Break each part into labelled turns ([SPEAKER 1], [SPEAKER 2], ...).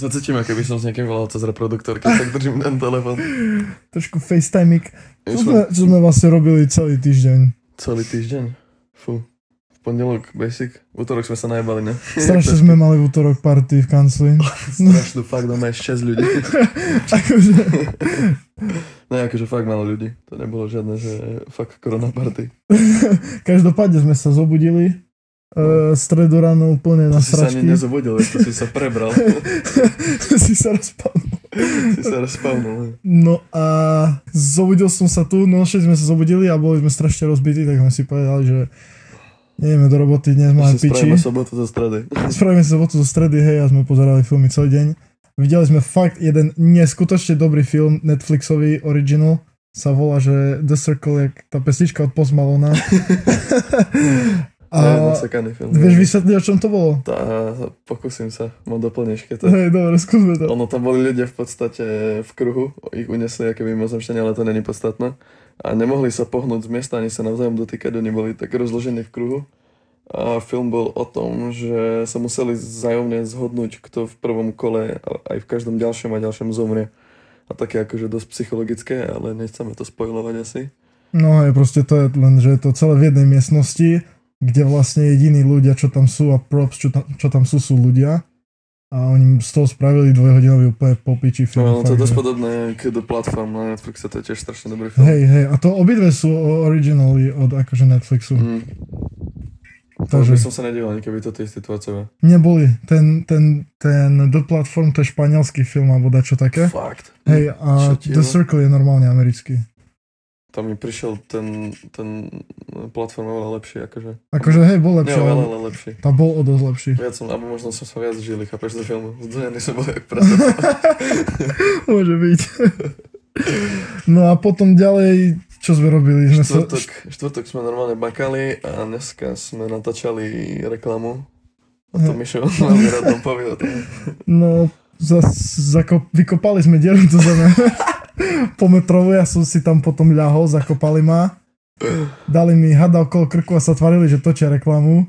[SPEAKER 1] sa cítim, ako by som s niekým volal cez reproduktor, keď tak držím ten telefon
[SPEAKER 2] Trošku facetiming.
[SPEAKER 1] Išlo-
[SPEAKER 2] Čo sme, čo sme vlastne robili celý týždeň.
[SPEAKER 1] celý týždeň. Fú. V pondelok basic, v útorok sme sa najebali, ne?
[SPEAKER 2] Strašne sme mali v útorok party v kancli.
[SPEAKER 1] Strašnú fakt, doma je 6 ľudí.
[SPEAKER 2] Akože,
[SPEAKER 1] Ne, akože fakt malo ľudí. To nebolo žiadne, že fakt korona party.
[SPEAKER 2] každopádne sme sa zobudili. Uh, stredu ráno úplne na
[SPEAKER 1] To si sa ani
[SPEAKER 2] sračky.
[SPEAKER 1] nezobudil, to si sa prebral.
[SPEAKER 2] si sa rozpadol.
[SPEAKER 1] si sa rozpavnul.
[SPEAKER 2] No a zobudil som sa tu, no všetci sme sa zobudili a boli sme strašne rozbití, tak sme si povedali, že nejdeme do roboty, dnes máme
[SPEAKER 1] Si
[SPEAKER 2] piči.
[SPEAKER 1] spravíme sobotu zo stredy.
[SPEAKER 2] Spravíme sa sobotu zo stredy, hej, a sme pozerali filmy celý deň. Videli sme fakt jeden neskutočne dobrý film, Netflixový original, sa volá, že The Circle, jak tá pesnička od Post Malona.
[SPEAKER 1] A...
[SPEAKER 2] a
[SPEAKER 1] Nasekaný film.
[SPEAKER 2] vieš vysvetliť, o čom to bolo?
[SPEAKER 1] Tá, pokúsim sa. Mám doplneš, keď to...
[SPEAKER 2] Hej, dobre, skúsme to.
[SPEAKER 1] Ono tam boli ľudia v podstate v kruhu, ich uniesli aké mimozemšťania, ale to není podstatné. A nemohli sa pohnúť z miesta, ani sa navzájom dotýkať, oni boli tak rozložení v kruhu. A film bol o tom, že sa museli vzájomne zhodnúť, kto v prvom kole a- aj v každom ďalšom a ďalšom zomrie. A také akože dosť psychologické, ale nechceme to spojovať asi.
[SPEAKER 2] No hej, proste to je len, že je to celé v jednej miestnosti, kde vlastne jediní ľudia, čo tam sú a props, čo tam, čo tam sú, sú ľudia. A oni z toho spravili dvojhodinový úplne popiči
[SPEAKER 1] No,
[SPEAKER 2] film.
[SPEAKER 1] to je
[SPEAKER 2] fakt,
[SPEAKER 1] dosť
[SPEAKER 2] že-
[SPEAKER 1] podobné k The Platform na Netflixe, to je tiež strašne dobrý film.
[SPEAKER 2] Hej, hej, a to obidve sú o- originály od akože Netflixu.
[SPEAKER 1] Mm. To by
[SPEAKER 2] Takže
[SPEAKER 1] som sa nedíval, ani keby to tie situácie.
[SPEAKER 2] neboli. Ten, ten, ten The Platform, to je španielský film alebo dačo také.
[SPEAKER 1] Fakt.
[SPEAKER 2] Hej,
[SPEAKER 1] Čo
[SPEAKER 2] a
[SPEAKER 1] ti je?
[SPEAKER 2] The
[SPEAKER 1] no?
[SPEAKER 2] Circle je normálne americký.
[SPEAKER 1] Tam mi prišiel ten, ten platform oveľa lepší, akože.
[SPEAKER 2] Akože hej, bol
[SPEAKER 1] Nie,
[SPEAKER 2] lepší,
[SPEAKER 1] oveľa,
[SPEAKER 2] ale
[SPEAKER 1] ale lepší.
[SPEAKER 2] tá bol o dosť lepší.
[SPEAKER 1] Viac som, alebo možno som sa viac žili, chápeš, do filmu. Zdňaný som bol jak prasa.
[SPEAKER 2] Môže byť. No a potom ďalej, čo sme robili? Sme No, sa,
[SPEAKER 1] Štvrtok, štvrtok sme normálne bakali a dneska sme natáčali reklamu. A to Mišo veľmi rád nám povie o tom.
[SPEAKER 2] no, zas, zako, vykopali sme dieru do zeme. Pometrovú, ja som si tam potom ľahol, zakopali ma. Dali mi hada okolo krku a sa tvarili, že točia reklamu.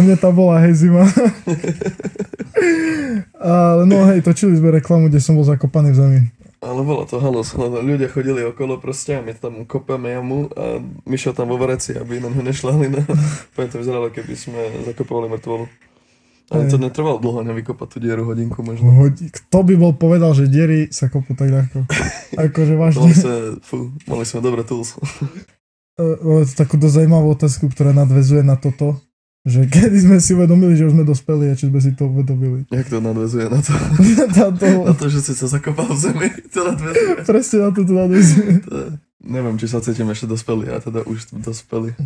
[SPEAKER 2] A mne tam bola hej zima. Ale no hej, točili sme reklamu, kde som bol zakopaný v zemi.
[SPEAKER 1] Ale bolo to halos, lebo ľudia chodili okolo proste a my tam kopeme jamu a Mišo tam vo vreci, aby na ňu nešla hlina. Poďme to vyzeralo, keby sme zakopovali mŕtvolu. Ale to netrvalo dlho, nevykopať tú dieru hodinku možno.
[SPEAKER 2] Hodi- Kto by bol povedal, že diery sa kopú tak ľahko? Akože vážne.
[SPEAKER 1] Mali sme, fú, mali sme dobré tools.
[SPEAKER 2] e, e, takú dosť zaujímavú otázku, ktorá nadvezuje na toto, že kedy sme si uvedomili, že už sme dospeli a či sme si to uvedomili.
[SPEAKER 1] Jak to nadvezuje na to, na
[SPEAKER 2] Táto,
[SPEAKER 1] to že si sa zakopal v zemi, to nadvezuje.
[SPEAKER 2] presne na toto nadvezuje.
[SPEAKER 1] To, je- neviem, či sa cítim ešte dospelý, a teda už dospelý.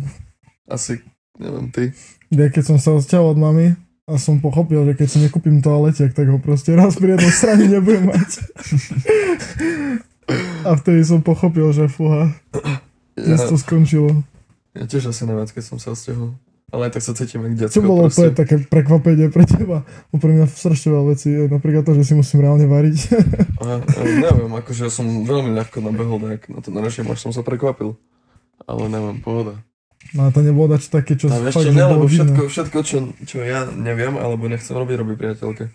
[SPEAKER 1] Asi, neviem, ty.
[SPEAKER 2] Ja keď som sa odsťahoval od mami a som pochopil, že keď si nekúpim toaletiak, tak ho proste raz pri jednom strane nebudem mať. A vtedy som pochopil, že fuha,
[SPEAKER 1] Ja,
[SPEAKER 2] dnes to skončilo.
[SPEAKER 1] ja tiež asi neviem, keď som sa odsťahol. Ale aj tak sa cítim jak
[SPEAKER 2] Čo
[SPEAKER 1] detsko
[SPEAKER 2] bolo to
[SPEAKER 1] proste.
[SPEAKER 2] je také prekvapenie pre teba? Úprimne strašne veľa vecí, E, napríklad to, že si musím reálne variť.
[SPEAKER 1] A, a, neviem, akože ja som veľmi ľahko nabehol nejak na to narazím, až som sa prekvapil. Ale neviem, pohoda.
[SPEAKER 2] No a to nebolo dačo také, čo
[SPEAKER 1] A vieš
[SPEAKER 2] fakt,
[SPEAKER 1] čo,
[SPEAKER 2] že
[SPEAKER 1] ne,
[SPEAKER 2] bolo
[SPEAKER 1] lebo
[SPEAKER 2] vidno.
[SPEAKER 1] všetko, všetko čo, čo ja neviem alebo nechcem robiť, robí priateľke.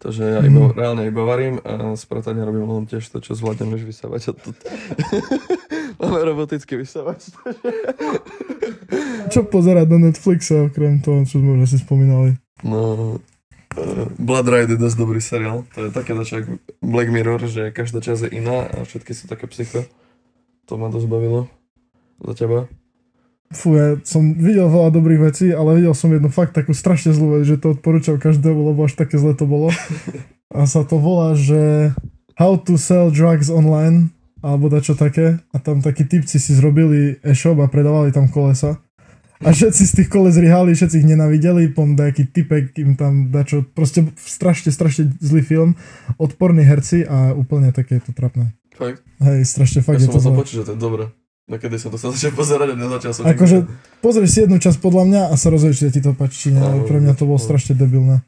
[SPEAKER 1] Takže
[SPEAKER 2] Mm.
[SPEAKER 1] ja iba, reálne iba varím a z pratania robím len tiež to, čo zvládnem, než vysávať. A to... Máme robotický vysávač.
[SPEAKER 2] Čo pozerať na Netflixe, okrem toho, čo sme už asi spomínali.
[SPEAKER 1] No, eh, Blood Ride je dosť dobrý seriál. To je také dačo ako Black Mirror, že každá časť je iná a všetky sú také psycho. To ma dosť bavilo. Za teba.
[SPEAKER 2] Fú, ja som videl veľa dobrých vecí, ale videl som jednu fakt takú strašne zlú vec, že to odporúčam každému, lebo až také zle to bolo. A sa to volá, že How to sell drugs online, alebo dačo také. A tam takí typci si zrobili e-shop a predávali tam kolesa. A všetci z tých koles rihali, všetci ich nenavideli, pom nejaký typek im tam dačo, proste strašne, strašne zlý film, odporní herci a úplne také je to trapné.
[SPEAKER 1] Fakt.
[SPEAKER 2] Hej, strašne
[SPEAKER 1] Ja
[SPEAKER 2] fakt je
[SPEAKER 1] som o
[SPEAKER 2] to
[SPEAKER 1] tom
[SPEAKER 2] zlé.
[SPEAKER 1] počul, že to je dobré. Nakedy som to sa začal pozerať a nezačal som.
[SPEAKER 2] Akože pozrieš si jednu časť podľa mňa a sa rozhodíš, či sa ti to páči, či nie, ale pre mňa to bolo strašne debilné.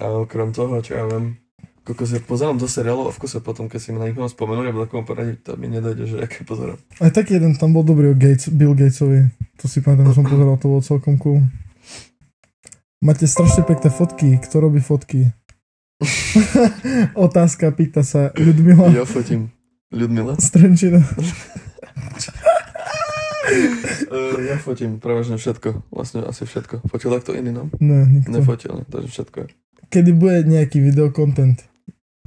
[SPEAKER 1] A okrem toho, čo ja viem, koľko sa pozerám do seriálov a v kuse potom, keď si mi na nich mám spomenúť, alebo takom poradiť, to mi nedojde, že aké pozerám.
[SPEAKER 2] Aj taký jeden tam bol dobrý o Gates, Bill Gatesovi. To si pamätám, že som pozeral, to bolo celkom cool. Máte strašne pekné fotky, kto robí fotky? Otázka pýta sa Ľudmila
[SPEAKER 1] Ja fotím. Ľudmila?
[SPEAKER 2] Strenčina.
[SPEAKER 1] Uh, ja fotím prevažne všetko. Vlastne asi všetko. Fotil takto iný nám?
[SPEAKER 2] Ne, nikto.
[SPEAKER 1] Nefotil, ne? takže všetko je.
[SPEAKER 2] Kedy bude nejaký videokontent?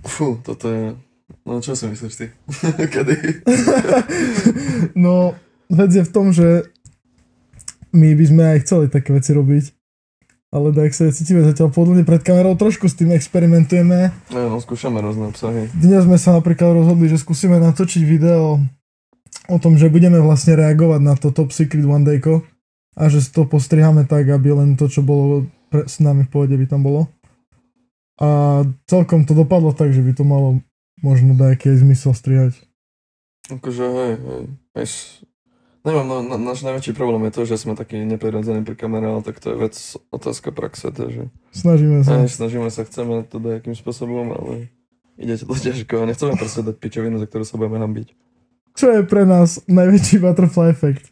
[SPEAKER 1] Fú, toto je... No čo si myslíš ty? Kedy?
[SPEAKER 2] No, vec je v tom, že my by sme aj chceli také veci robiť. Ale tak sa cítime zatiaľ pohodlne pred kamerou, trošku s tým experimentujeme.
[SPEAKER 1] No, no skúšame rôzne obsahy.
[SPEAKER 2] Dnes sme sa napríklad rozhodli, že skúsime natočiť video o tom, že budeme vlastne reagovať na to Top Secret One Dayko a že to postrihame tak, aby len to, čo bolo pre, s nami v pohode, by tam bolo. A celkom to dopadlo tak, že by to malo možno nejaký aj zmysel strihať.
[SPEAKER 1] Akože hej, hej. Aj s- Neviem, no, na, náš najväčší problém je to, že sme takí neprirodzení pri kamere, ale tak to je vec, otázka praxe, takže
[SPEAKER 2] Snažíme
[SPEAKER 1] aj,
[SPEAKER 2] sa.
[SPEAKER 1] snažíme sa, chceme to nejakým spôsobom, ale ide to ťažko a nechceme proste dať pičovinu, za ktorú sa budeme hambiť.
[SPEAKER 2] Čo je pre nás najväčší butterfly effect?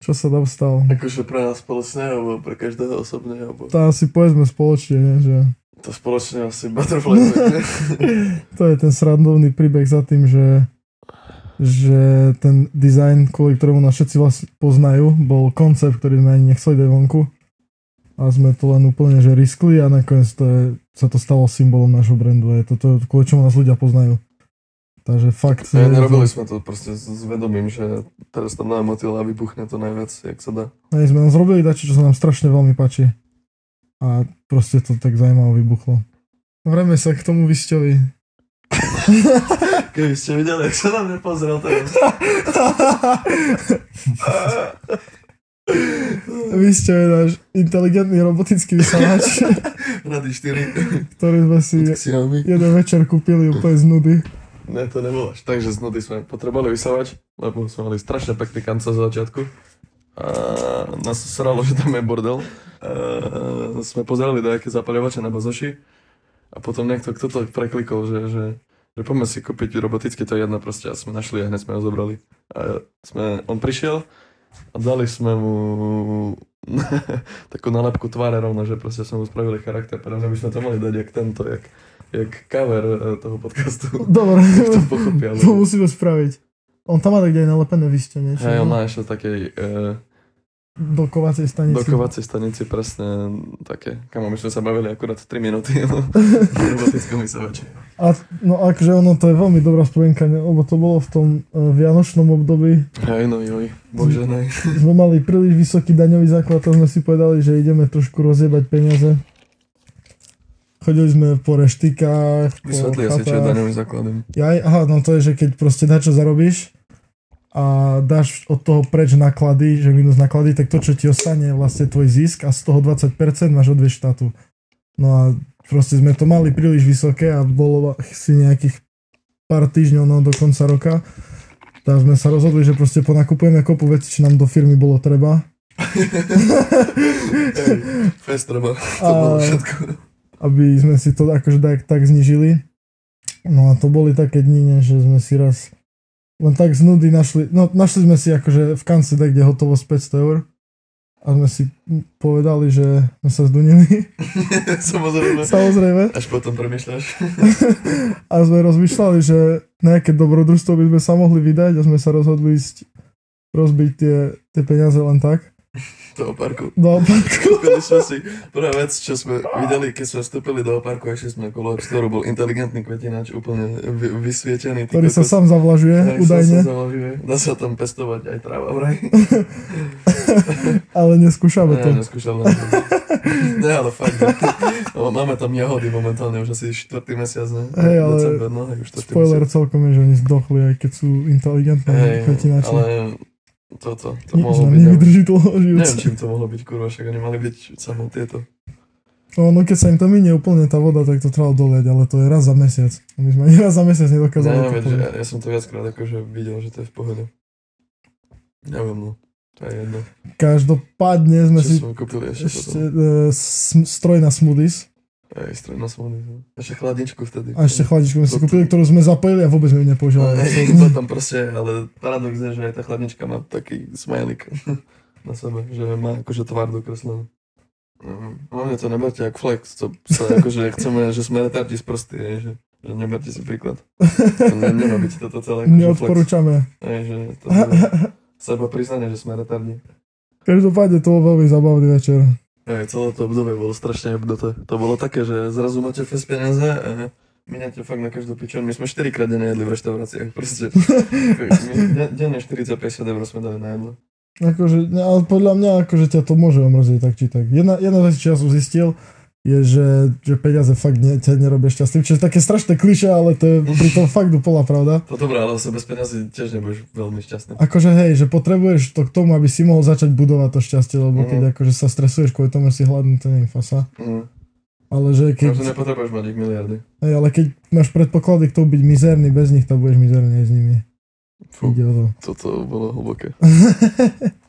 [SPEAKER 2] Čo sa tam stalo?
[SPEAKER 1] Akože pre nás spoločne, alebo pre každého osobne, alebo
[SPEAKER 2] To asi povedzme spoločne, ne, že
[SPEAKER 1] to spoločne asi butterfly. effect, ne?
[SPEAKER 2] to je ten srandovný príbeh za tým, že že ten dizajn, kvôli ktorému nás všetci vlastne poznajú, bol koncept, ktorý sme ani nechceli dať vonku. A sme to len úplne že riskli a nakoniec to je, sa to stalo symbolom nášho brandu. A Je to, to, kvôli čomu nás ľudia poznajú. Takže fakt... eh,
[SPEAKER 1] Ne,
[SPEAKER 2] je to-
[SPEAKER 1] nerobili sme to proste s s vedomím, že teraz tam dáme motýla a vybuchne to najviac, jak sa dá.
[SPEAKER 2] Hej, sme tam zrobili dačo, čo sa nám strašne veľmi páči. A proste to tak zaujímavo vybuchlo. Vrame sa k tomu vysťovi.
[SPEAKER 1] Keby ste videli, jak sa na mňa pozrel teraz.
[SPEAKER 2] Vysťov je náš inteligentný robotický vysávač,
[SPEAKER 1] Rady 4.
[SPEAKER 2] ktorý sme si
[SPEAKER 1] Xiaomi.
[SPEAKER 2] jeden večer kúpili úplne z nudy.
[SPEAKER 1] Ne, to nebolo až tak, že z nudy sme potrebovali vysávať, lebo sme mali strašne pekný kanca z začiatku. A nás sralo, že tam je bordel. A sme pozerali nejaké zapaľovače na bazoši a potom niekto kto to preklikol, že, že, že poďme si kúpiť roboticky to jedno proste a sme našli a hneď sme ho zobrali. A sme, on prišiel a dali sme mu takú nalepku tváre rovno, že proste sme mu spravili charakter, pretože by sme to mali dať jak tento, jak, jak cover eh, toho podcastu.
[SPEAKER 2] Dobre,
[SPEAKER 1] to pochopia.
[SPEAKER 2] to musíme spraviť. On tam má tak aj nalepené vysťo, niečo.
[SPEAKER 1] Hej, on
[SPEAKER 2] no?
[SPEAKER 1] má ešte takej e,
[SPEAKER 2] Do kovacej stanici.
[SPEAKER 1] dokovacej stanici presne také. Kamo, my sme sa bavili akurát 3 minúty no. o robotickom vysavači.
[SPEAKER 2] A, no akože ono, to je veľmi dobrá spomienka, ne? lebo to bolo v tom eh, vianočnom období,
[SPEAKER 1] Hej, no joj, bože nej.
[SPEAKER 2] sme mali príliš vysoký daňový základ a sme si povedali, že ideme trošku rozjebať peniaze. Chodili sme po reštikách, po
[SPEAKER 1] Vysvetli asi, čo je
[SPEAKER 2] chatách.
[SPEAKER 1] daňovým základom.
[SPEAKER 2] Jaj, aha, no to je, že keď proste na čo zarobíš a dáš od toho preč náklady, že minus náklady, tak to, čo ti ostane je vlastne tvoj zisk a z toho 20% máš odvie štátu. No a proste sme to mali príliš vysoké a bolo si nejakých pár týždňov no, do konca roka. Tak sme sa rozhodli, že proste ponakupujeme kopu veci, čo nám do firmy bolo treba.
[SPEAKER 1] Hej, fest treba, to
[SPEAKER 2] A-
[SPEAKER 1] bolo všetko.
[SPEAKER 2] aby sme si to akože tak, tak znižili. No a to boli také dni, ne, že sme si raz len tak z nudy našli, no našli sme si akože v kance kde hotovo z 500 eur a sme si povedali, že sme sa zdunili,
[SPEAKER 1] Samozrejme.
[SPEAKER 2] samozrejme.
[SPEAKER 1] Až potom premyšľaš.
[SPEAKER 2] A sme rozmýšľali, že nejaké dobrodružstvo by sme sa mohli vydať a sme sa rozhodli ísť rozbiť tie, tie peniaze len tak.
[SPEAKER 1] do parku.
[SPEAKER 2] No,
[SPEAKER 1] Kúpili sme si prvá vec, čo sme videli, keď sme vstúpili do parku, ešte sme okolo obstoru, bol inteligentný kvetinač, úplne vy, vysvietený. ty
[SPEAKER 2] ktorý sa
[SPEAKER 1] kokos.
[SPEAKER 2] sám zavlažuje,
[SPEAKER 1] Tak sa-
[SPEAKER 2] Mhm, údajne.
[SPEAKER 1] sa založíme. Dá sa tam pestovať aj tráva, vraj.
[SPEAKER 2] Ale neskúšame to.
[SPEAKER 1] Ne, neskúšam len. ne, ale fakt. Ne. No, máme tam jahody momentálne, už asi 4. mesiac, ne?
[SPEAKER 2] Hej, ale
[SPEAKER 1] December, no, hej, už 4.
[SPEAKER 2] Spoiler
[SPEAKER 1] mesiac.
[SPEAKER 2] celkom je, že oni zdochli, aj keď sú inteligentní
[SPEAKER 1] Hej,
[SPEAKER 2] kvetinači.
[SPEAKER 1] ale toto, to
[SPEAKER 2] Nič
[SPEAKER 1] mohlo
[SPEAKER 2] nám
[SPEAKER 1] byť. Nevydrž...
[SPEAKER 2] nevydrží dlho žijúce.
[SPEAKER 1] Neviem, čím to mohlo byť, kurva, však oni mali byť samo tieto.
[SPEAKER 2] No, no keď sa im to minie úplne tá voda, tak to treba doliať, ale to je raz za mesiac. My sme ani raz za mesiac nedokázali
[SPEAKER 1] Neviem,
[SPEAKER 2] to
[SPEAKER 1] veď, že
[SPEAKER 2] povedať.
[SPEAKER 1] ja, ja som to viackrát akože videl, že to je v pohode. Neviem, no. To je jedno.
[SPEAKER 2] Každopádne sme
[SPEAKER 1] Čo
[SPEAKER 2] si
[SPEAKER 1] sme kúpili ešte,
[SPEAKER 2] ešte
[SPEAKER 1] potom?
[SPEAKER 2] e, sm- stroj na smoothies
[SPEAKER 1] Aj stredná svony. no. Ešte chladničku vtedy.
[SPEAKER 2] a ešte chladičku sme si
[SPEAKER 1] Toto-
[SPEAKER 2] kúpili, ktorú sme zapojili a vôbec sme ju
[SPEAKER 1] No,
[SPEAKER 2] nepoužívali.
[SPEAKER 1] Hej, to tam proste, ale paradox je, že aj tá chladnička má taký smajlik na sebe, že má akože tvár dokreslenú. No, Hlavne to neberte jak flex, co sa akože chceme, že sme retardi sprostí, hej, že, že neberte si príklad. To ne, nerobíte toto celé akože flex.
[SPEAKER 2] Neodporúčame.
[SPEAKER 1] Hej, že to je seba priznanie, že sme retardi.
[SPEAKER 2] Každopádne to bol veľmi zabavný večer.
[SPEAKER 1] Hej, celé to obdobie bolo strašne obdoté. To bolo také, že zrazu máte fest peniaze a miniate fakt na každú piču. My sme 4 krát denne jedli v reštauráciách, proste. My de- denne 40-50 eur sme dali na jedlo.
[SPEAKER 2] Akože, ne, ale podľa mňa akože ťa to môže omrziť tak či tak. Jedna, jedna vec, čo ja som zistil, je, že, že peniaze fakt ne, ťa nerobia šťastným, čo je také strašné kliše, ale to je pri tom fakt úplná pravda.
[SPEAKER 1] To No dobré, ale sa bez peniazy tiež nebudeš veľmi šťastný.
[SPEAKER 2] Akože hej, že potrebuješ to k tomu, aby si mohol začať budovať to šťastie, lebo keď
[SPEAKER 1] Mhm.
[SPEAKER 2] akože sa stresuješ kvôli tomu, že si hladný, to nie je fasa.
[SPEAKER 1] Mm.
[SPEAKER 2] Ale že keď,
[SPEAKER 1] Keď... nepotrebuješ mať ich miliardy.
[SPEAKER 2] hej, ale keď máš predpoklady k tomu byť mizerný bez nich, tak budeš mizerný aj s nimi.
[SPEAKER 1] Fú.
[SPEAKER 2] Ide o to.
[SPEAKER 1] Toto bolo hlboké.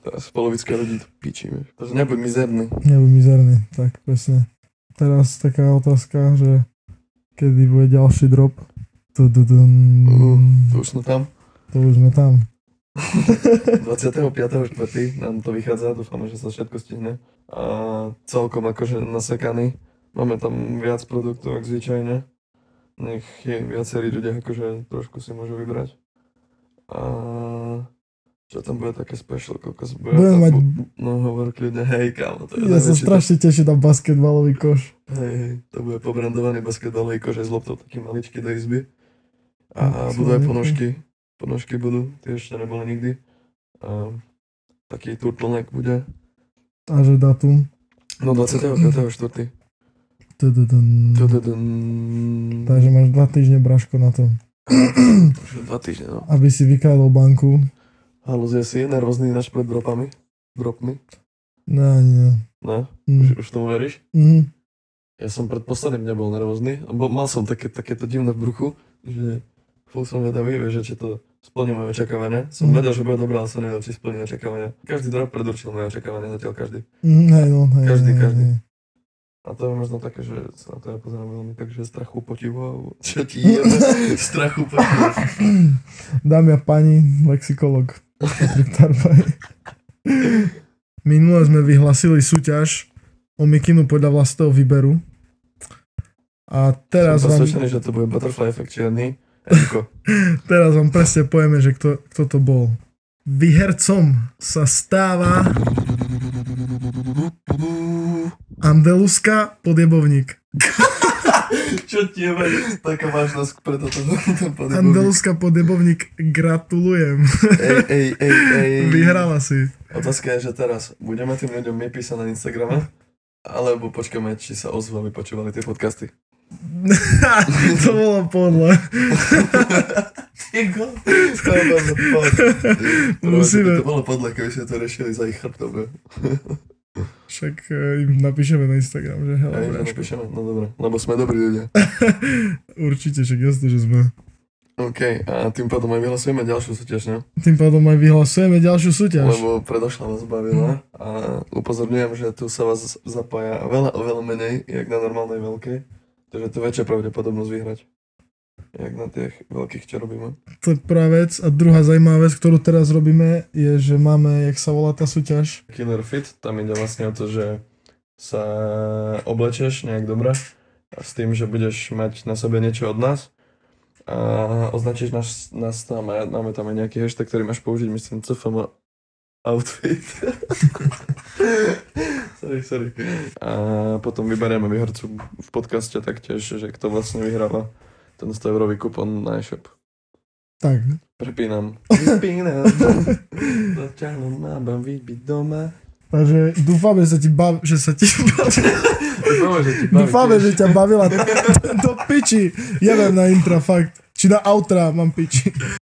[SPEAKER 1] Teraz polovička ľudí to pičí, vieš. Takže nebuď mizerný.
[SPEAKER 2] Nebuď mizerný, tak presne. Teraz taká otázka, že kedy bude ďalší drop? Tu, tu, tu,
[SPEAKER 1] Uh, To už sme tam.
[SPEAKER 2] to už sme tam.
[SPEAKER 1] 25.4. nám to vychádza, dúfame, že sa všetko stihne. A celkom akože nasekaný. Máme tam viac produktov, ak zvyčajne. Nech je viacerí ľudia, akože trošku si môžu vybrať. A čo tam bude také special, kokos? Bude
[SPEAKER 2] Budeme
[SPEAKER 1] tam,
[SPEAKER 2] mať-
[SPEAKER 1] bu- No hovor ľudia, hej kámo, to je
[SPEAKER 2] Ja sa
[SPEAKER 1] najväčší-
[SPEAKER 2] strašne teším na basketbalový koš.
[SPEAKER 1] Hej, hej, to bude pobrandovaný basketbalový kože s loptou taký maličký do izby. A
[SPEAKER 2] Mm,
[SPEAKER 1] budú aj
[SPEAKER 2] slabý.
[SPEAKER 1] ponožky. Ponožky budú, tie ešte neboli nikdy. A taký turtlenek bude.
[SPEAKER 2] A že datum?
[SPEAKER 1] No 25.4.
[SPEAKER 2] Tu, tu, tu.
[SPEAKER 1] Tududun.
[SPEAKER 2] Takže máš dva týždne braško na to,
[SPEAKER 1] Už Dva týždne, no.
[SPEAKER 2] aby si vykradol banku.
[SPEAKER 1] Halus, je si nervózny ináč pred dropami? Dropmi?
[SPEAKER 2] Ne, nie.
[SPEAKER 1] Ne?
[SPEAKER 2] Mm.
[SPEAKER 1] Už, už tomu veríš?
[SPEAKER 2] Mm.
[SPEAKER 1] Ja som pred posledným nebol nervózny, bo mal som také, takéto divné v bruchu, že fú som vedavý, vieš, že či to splní moje očakávania. Som
[SPEAKER 2] Mhm.
[SPEAKER 1] vedel, že bude dobré, ale som nevedel, či splní očakávania. Každý drop predurčil moje očakávania, zatiaľ každý.
[SPEAKER 2] Mm, hej, no, hej,
[SPEAKER 1] Každý,
[SPEAKER 2] hej,
[SPEAKER 1] každý.
[SPEAKER 2] Hej.
[SPEAKER 1] A to je možno také, že sa na to ja pozerám veľmi tak, že strachu potivu, alebo čo ti jebe, strachu potivu.
[SPEAKER 2] Dámy a páni, lexikolog Patrik Tarbaj. Minule sme vyhlasili súťaž o mikinu podľa vlastného výberu. A teraz
[SPEAKER 1] Som
[SPEAKER 2] vám,
[SPEAKER 1] presvedčený, že to bude butterfly effect čierny. Eko.
[SPEAKER 2] teraz vám presne pojeme, že kto, kto to bol. Vyhercom sa stáva Andeluska podjebovník.
[SPEAKER 1] Čo ti jebe, taká vážnosť pre toto ten podjebovník.
[SPEAKER 2] Andeluska podjebovník, gratulujem.
[SPEAKER 1] Ej, ej, ej, ej.
[SPEAKER 2] Vyhrala si.
[SPEAKER 1] Otázka je, že teraz budeme tým ľuďom my písať na Instagrame, alebo počkáme, či sa ozvali, počúvali tie podcasty.
[SPEAKER 2] to bolo podľa.
[SPEAKER 1] To bolo podľa.
[SPEAKER 2] Musíme.
[SPEAKER 1] To bolo podľa, keby sme to riešili za ich chrbtom. ne?
[SPEAKER 2] Však e, im napíšeme na Instagram, že hello,
[SPEAKER 1] Aj, že
[SPEAKER 2] Braško.
[SPEAKER 1] napíšeme, no dobre, lebo sme dobrí ľudia.
[SPEAKER 2] Určite, však jasne, že sme.
[SPEAKER 1] OK, a tým pádom aj vyhlasujeme ďalšiu súťaž, ne?
[SPEAKER 2] Tým pádom aj vyhlasujeme ďalšiu Mhm. súťaž.
[SPEAKER 1] Lebo predošla vás bavila a upozorňujem, že tu sa vás zapája veľa, oveľa menej, jak na normálnej veľkej. Takže tu väčšia pravdepodobnosť vyhrať. Jak na tých veľkých, čo robíme.
[SPEAKER 2] To je prvá vec. A druhá zaujímavá vec, ktorú teraz robíme, je, že máme, jak sa volá tá súťaž.
[SPEAKER 1] Killer Fit, tam ide vlastne o to, že sa oblečieš nejak dobre a s tým, že budeš mať na sebe niečo od nás a označíš nás, nás tam a máme tam aj nejaký hashtag, ktorý máš použiť, myslím, CFM outfit. sorry, sorry. A potom vyberieme vyhercu v podcaste taktiež, že kto vlastne vyhráva ten 100 eurový kupon na e-shop.
[SPEAKER 2] Tak,
[SPEAKER 1] Prepínam. Prepínam. Začalo ma baviť byť doma.
[SPEAKER 2] takže dúfame, že sa ti bav... že sa ti
[SPEAKER 1] Dúfame, že ti
[SPEAKER 2] dúfame, že ťa bavila tá... do piči. Jebem na intra, fakt. Či na outra mám piči.